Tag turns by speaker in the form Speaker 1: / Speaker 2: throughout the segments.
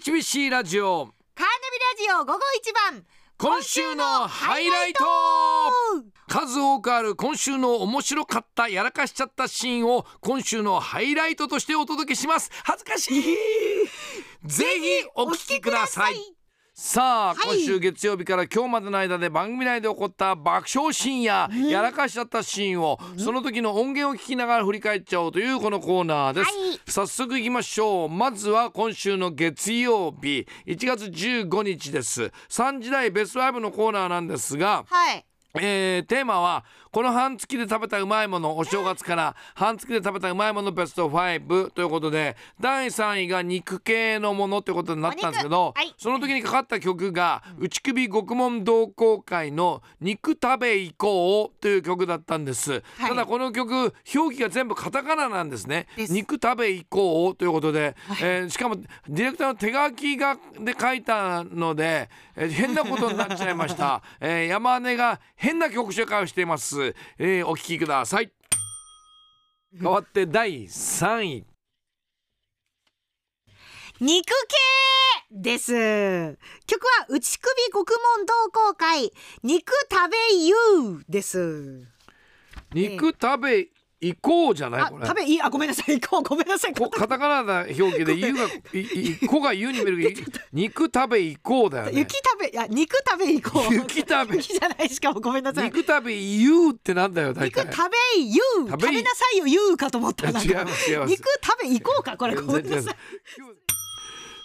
Speaker 1: HBC ラジオ
Speaker 2: カーナビラジオ午後一番
Speaker 1: 今週のハイライト数多くある今週の面白かったやらかしちゃったシーンを今週のハイライトとしてお届けします恥ずかしいぜひお聞きくださいさあ、
Speaker 2: はい
Speaker 1: 今週月曜日から今日までの間で番組内で起こった爆笑シーンや、やらかしちゃったシーンを、その時の音源を聞きながら振り返っちゃおうというこのコーナーです、
Speaker 2: はい
Speaker 1: 早速いきましょうまずは今週の月曜日1月15日です3時台ベスト5のコーナーなんですが
Speaker 2: はい
Speaker 1: えーテーマはこの半月で食べたうまいものお正月から半月で食べたうまいものベスト5ということで第3位が肉系のものってことになったんですけ
Speaker 2: お
Speaker 1: ど、
Speaker 2: 肉はい
Speaker 1: その時にかかった曲が内首獄門同好会の「肉食べ行こう」という曲だったんです、ただこの曲表記が全部カタカナなんですね
Speaker 2: です
Speaker 1: 肉食べ行こうということで、えーしかもディレクターの手書きがで書いたので、えー変なことになっちゃいま した、えー山根が変な曲紹介をしています、えーお聞きください変わって第3位
Speaker 2: 肉系です曲は内首獄門同好会肉食べゆうです
Speaker 1: 肉食べ行こうじゃない
Speaker 2: あ
Speaker 1: これ
Speaker 2: 食べいいあごめんなさい行こうごめんなさい
Speaker 1: こカタカナな表記で「ゆ」が「いいいこ」が「ゆ」に見えるけ ど肉食べ行こうだよね
Speaker 2: 雪食べいや肉食べ行こう
Speaker 1: 雪食べ
Speaker 2: 雪じゃないしかもごめんなさい
Speaker 1: 肉食べゆうってなんだよ大
Speaker 2: 肉
Speaker 1: 体
Speaker 2: 食べゆう
Speaker 1: 食
Speaker 2: 食
Speaker 1: べ
Speaker 2: べ
Speaker 1: い
Speaker 2: なさいよゆうかと思ったなんか
Speaker 1: 違います違います
Speaker 2: 肉食べ行こうかこれごめんなさい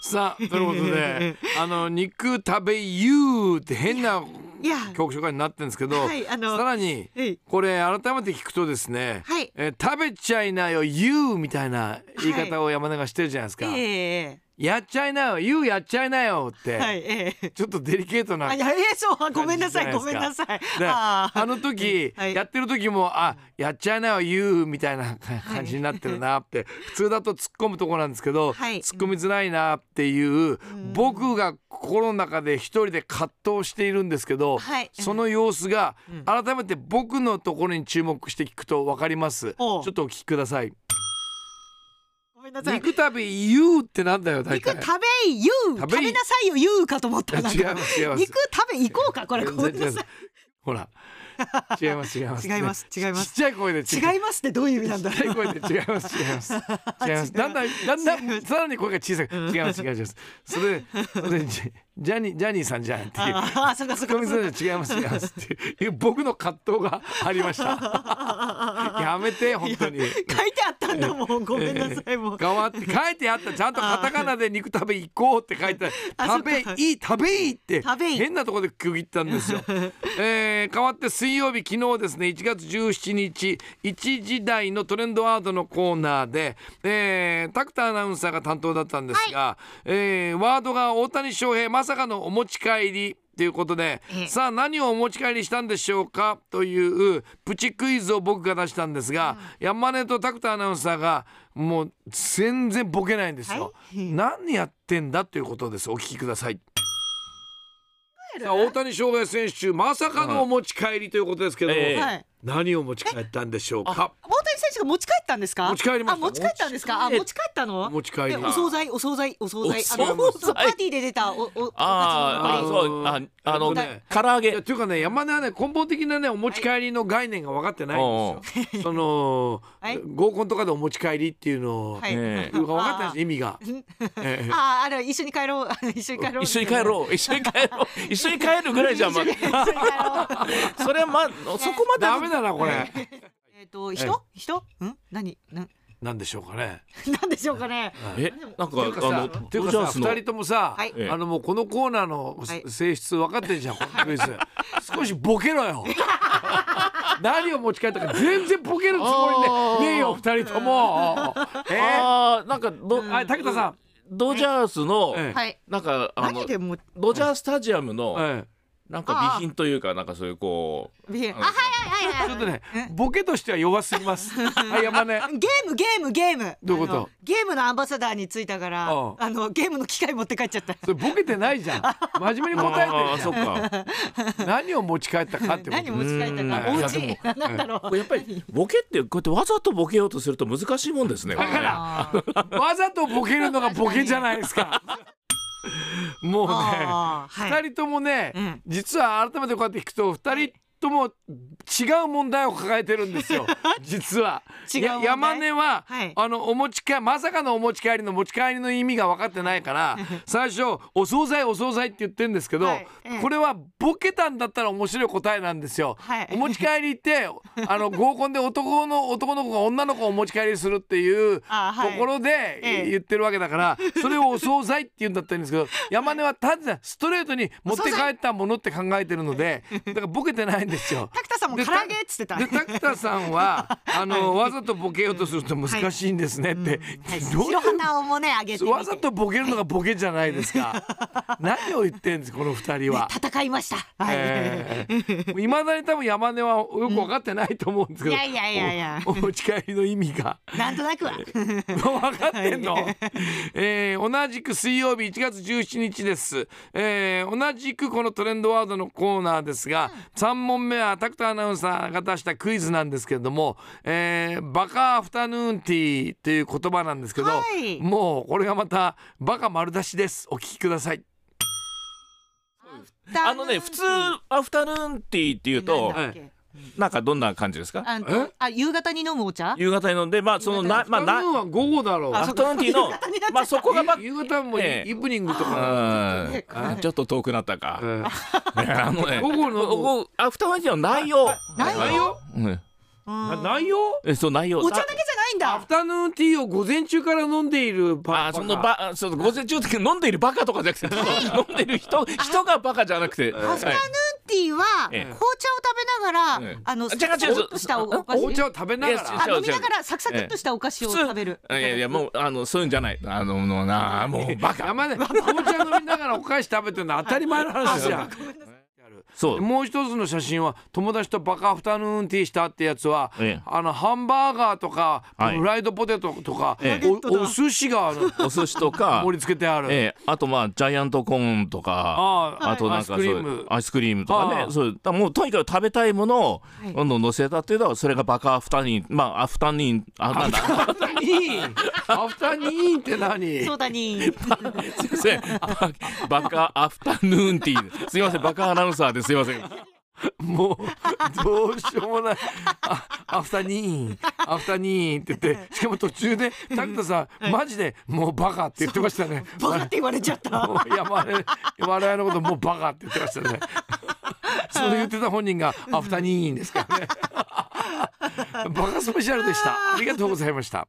Speaker 1: さあということ であの肉食べゆうって変ない
Speaker 2: や
Speaker 1: 曲紹介になってるんですけど、
Speaker 2: はいあの
Speaker 1: さらに
Speaker 2: はい
Speaker 1: これ改めて聞くとですね、
Speaker 2: はい
Speaker 1: えー食べちゃいなよゆうみたいな言い方を山根がしてるじゃないですか、
Speaker 2: え
Speaker 1: やっちゃいなよゆうやっちゃいなよっ
Speaker 2: え
Speaker 1: て、
Speaker 2: はいええ
Speaker 1: ちょっとデリケートな
Speaker 2: あいやええそうごめんなさい
Speaker 1: 感
Speaker 2: ご
Speaker 1: じじ
Speaker 2: めん
Speaker 1: ゃない
Speaker 2: な
Speaker 1: ですか
Speaker 2: さい
Speaker 1: であ
Speaker 2: ー
Speaker 1: の時、
Speaker 2: はい
Speaker 1: やってる時もあやっちゃいなよ言うみたいなか感じになってるなって、普通だと突っ込むとこなんですけど、
Speaker 2: はい
Speaker 1: 突っ込みづらいなっていう、僕が心の中で一人で葛藤しているんですけど、
Speaker 2: はい
Speaker 1: その様子が改めて僕のところに注目して聞くと分かります、
Speaker 2: おう
Speaker 1: ちょっとお聞きください
Speaker 2: ごめんなさい
Speaker 1: 肉食べ言うってなんだよ大
Speaker 2: 肉
Speaker 1: 体
Speaker 2: 食べゆう
Speaker 1: 食
Speaker 2: 食
Speaker 1: べい
Speaker 2: べなさいよゆうかと思った
Speaker 1: いや
Speaker 2: な
Speaker 1: 違いま
Speaker 2: んか
Speaker 1: す違います
Speaker 2: 肉食べ行こうかこれごめん
Speaker 1: 全然違いま
Speaker 2: なさ
Speaker 1: すほら違います違います
Speaker 2: い違います違いま
Speaker 1: ちっ
Speaker 2: す
Speaker 1: ちゃい声で違う
Speaker 2: 違いますってどういう意味なんだ
Speaker 1: ちっちゃい声で違います違います違い ますだんだんだんだんさらに声が小さく違います違います違いますそれでそれでジジャニジャニーさんじゃんっていう
Speaker 2: あーあーそっかそっ
Speaker 1: ツッコミ
Speaker 2: か
Speaker 1: するじゃん違います違いますっていう僕の葛藤がありましたやめて本当に
Speaker 2: 書いてあったんだもんごめんなさいもう
Speaker 1: 変わって書いてあったちゃんとカタカナで肉食べ行こうって書いてある食べいい食べいいって
Speaker 2: 食べいい
Speaker 1: 変なところで区切ったんですよ、 えー、変わって水曜日昨日ですね1月17日1時台のトレンドワードのコーナーで、えー、拓田アナウンサーが担当だったんですが、えーワードが大谷翔平まさかのお持ち帰りということで、
Speaker 2: ええ
Speaker 1: さあ何をお持ち帰りしたんでしょうかというプチクイズを僕が出したんですが、山根と拓田アナウンサーがもう全然ボケないんですよ、何やってんだということですお聞きくださいさあ大谷翔平選手まさかのお持ち帰りということですけど、
Speaker 3: ええ
Speaker 2: はい
Speaker 1: 何を持ち帰ったんでしょうか
Speaker 2: 大谷選手が持ち帰ったんですか
Speaker 1: 持ち帰りました
Speaker 2: あ持ち帰ったんですかあ持ち帰ったの
Speaker 1: 持ち帰り
Speaker 2: えお惣菜お惣菜お惣菜
Speaker 3: お惣菜
Speaker 2: あのパーティーで出たおおお
Speaker 3: あ
Speaker 2: おかず
Speaker 3: ーあー
Speaker 2: の残り
Speaker 3: そうああ
Speaker 1: あの
Speaker 3: の
Speaker 1: ね
Speaker 3: 唐揚
Speaker 1: いや
Speaker 3: げ
Speaker 1: というかね山根はね根本的なねお持ち帰りの概念が分かってないんですよ、 その、
Speaker 2: はい
Speaker 1: 合コンとかでお持ち帰りっていうのを、
Speaker 2: はい
Speaker 3: ええ
Speaker 1: 分かってないんです意味 が。ええ
Speaker 2: あーあの一緒に帰ろうあの一緒に帰ろう
Speaker 3: 一緒に帰ろう一緒に帰ろう一緒に帰るぐらいじゃん、まあ
Speaker 2: 一緒に一緒に帰ろう
Speaker 3: それはまあそこまで
Speaker 1: ダメだなこれ。
Speaker 2: えっと人人うん 何な
Speaker 1: なんでしょうかね。
Speaker 2: なんでしょうかね
Speaker 3: えなんか
Speaker 1: ていうかさ
Speaker 3: あの
Speaker 1: ていうか
Speaker 3: ドジャー
Speaker 1: さ
Speaker 3: スの
Speaker 1: 二人ともさ、
Speaker 2: はい
Speaker 1: あのもうこのコーナーの
Speaker 2: はい
Speaker 1: 性質分かってるじゃん、このクイズ。少しボケろよ。 何を持ち帰ったか全然ボケるつもりでねえよ二人とも。えー、
Speaker 3: あーなんかど、
Speaker 1: あ武田さん。
Speaker 3: ドジャースの、
Speaker 1: ええ
Speaker 2: はい
Speaker 3: なんかあの
Speaker 2: 何でも
Speaker 3: ドジャースタジアムの、
Speaker 1: え
Speaker 3: なんか備品というかなんかそういうこう
Speaker 2: ビエンあ
Speaker 3: あの
Speaker 2: はいはいはいは
Speaker 1: え
Speaker 2: い
Speaker 1: ちょっとねボケとしては弱すぎます。はい山根。
Speaker 2: ゲームゲームゲーム
Speaker 1: どういうこと
Speaker 2: あのゲームのアンバサダーについたから
Speaker 1: ああ
Speaker 2: あのゲームの機械持って帰っちゃった
Speaker 1: それボケてないじゃん。真面目に答え
Speaker 3: あー
Speaker 1: て
Speaker 3: そ
Speaker 1: る
Speaker 3: っか
Speaker 1: じゃん。何を持ち帰ったかってこと
Speaker 2: 何。持ち帰った
Speaker 3: う
Speaker 2: か
Speaker 3: ん
Speaker 2: お
Speaker 3: いや
Speaker 2: 家なんだろう
Speaker 3: これやっぱりボケってこうやってわざとボケようとす ると難しいもんですねこれね
Speaker 1: だからわざとボケるのがボケじゃないですか。もうね
Speaker 2: あーはい
Speaker 1: 2人ともね、
Speaker 2: うん
Speaker 1: 実は改めてこうやって聞くと2人とも違う問題を抱えてるん ですよ実は。
Speaker 2: 違う問題
Speaker 1: や山根は、
Speaker 2: はい
Speaker 1: あのお持ち帰まさかのお持ち帰りの持ち帰りの意味が分かってないから 最初「お惣菜お惣菜」って言ってるんですけど、
Speaker 2: はいええ
Speaker 1: これはボケたんだったら面白い答えなんですよ。
Speaker 2: はい
Speaker 1: お持ち帰りってあの合コンで男の男の子が女の子をお持ち帰りするっていう
Speaker 2: あはい
Speaker 1: ところで
Speaker 2: ええ
Speaker 1: 言ってるわけだ から、それをお惣菜って言うんだったらいいんですけど山根はただストレートに持って帰ったものって考えてるの でだからボケてないんですよ。
Speaker 2: タクタさんも
Speaker 1: で
Speaker 2: 唐揚げっつってた。
Speaker 1: でタクタさんはあの、わざとボケようとすると難しいんですねって、
Speaker 2: はい、
Speaker 1: どういう
Speaker 2: 白旗をもね上げてみて
Speaker 1: わざとボケるのがボケじゃないですか、 何を言ってんですこの二人は。
Speaker 2: 戦いました。はい。
Speaker 1: えーいまだに多分山根はよく分かってないと思うんですけど、
Speaker 2: いやいやいやいや
Speaker 1: おお持ち帰りの意味が
Speaker 2: なんとなくは。
Speaker 1: 分かってんの、えー同じく水曜日1月17日です、えー同じくこのトレンドワードのコーナーですが、3問目はタクトアナウンサーが出したクイズなんですけれども、えーバカアフタヌーンティーという言葉なんですけど、
Speaker 2: はい
Speaker 1: もうこれがまたバカ丸出しですお聞きください
Speaker 3: あのね普通アフタヌーンティーっていうと
Speaker 2: なんだっけ
Speaker 3: なんかどんな感じですか
Speaker 2: あのあ夕方に飲むお茶。
Speaker 3: 夕方に飲んでまあそのなまあ
Speaker 1: アフタヌーン
Speaker 3: な
Speaker 1: は午後だろう
Speaker 3: アフタヌーンティーのまあそこがま
Speaker 1: 夕方も
Speaker 3: ええ
Speaker 1: イブニングとか、
Speaker 3: あうんちょっと遠くなったか
Speaker 1: え
Speaker 3: あのね
Speaker 1: 午後の
Speaker 3: 午後アフタヌーンティーの内容
Speaker 2: 内容
Speaker 1: 内容
Speaker 3: うん
Speaker 2: うん
Speaker 1: あ内容
Speaker 3: えそう内容
Speaker 2: お茶だけじゃない
Speaker 1: ア
Speaker 2: ん
Speaker 1: フ
Speaker 2: だ。
Speaker 1: タヌーンティーを午前中から飲んでいるバ
Speaker 3: あそのばあその午前中って飲んでいるバカとかじゃなくて飲んでる人人がバカじゃなくて
Speaker 2: アフタヌーンティーは
Speaker 3: ええ
Speaker 2: 紅茶を食べなが
Speaker 3: え
Speaker 2: ら
Speaker 3: え
Speaker 2: あの
Speaker 3: 違う
Speaker 2: サク
Speaker 3: 違う
Speaker 2: ッとしたおお菓
Speaker 1: バカお
Speaker 2: 子。
Speaker 1: 茶を食べなが
Speaker 3: い
Speaker 1: ら
Speaker 3: や
Speaker 2: あ
Speaker 3: 違う
Speaker 2: 飲みながらサクサクっとしたお菓子を食べる。
Speaker 3: いやいやもうあのそういうんじゃないあののなもうバカ
Speaker 1: 山で紅茶飲みながらお菓子食べてるのは当たり前の話じゃん
Speaker 3: そう
Speaker 1: もう一つの写真は友達とバカアフタヌーンティーしたってやつは、
Speaker 3: ええ
Speaker 1: あのハンバーガーとか、
Speaker 3: はい
Speaker 1: フライドポテトとか、
Speaker 3: え
Speaker 2: え
Speaker 1: おお寿司があの
Speaker 3: お寿司とか
Speaker 1: 盛り付けてある、
Speaker 3: ええあとまあジャイアントコーンとか
Speaker 1: ああ
Speaker 3: あとなんかそう
Speaker 1: アイスクリ
Speaker 3: い
Speaker 1: ーム
Speaker 3: うアイスクリームとか
Speaker 1: ああ
Speaker 3: ねそうだからもうとにかく食べたいものを
Speaker 2: はい
Speaker 3: どんどん乗せたっていうのはそれがバカアフタニーまあアフタニーあなん だ
Speaker 1: アフタニーンアフタニーンって何
Speaker 2: そうだに。
Speaker 3: すいませんババカアフタヌーンティーすいませんバカアナウンサーですいません
Speaker 1: もうどうしようもないあアフタニーンアフタニーンって言ってしかも途中で拓田さんマジでもうバカって言ってましたね
Speaker 2: バカって言われちゃった。
Speaker 1: もう 山根我々のこともうバカって言ってましたねそれ言ってた本人がアフタニーンですからねバカスペシャルでしたありがとうございました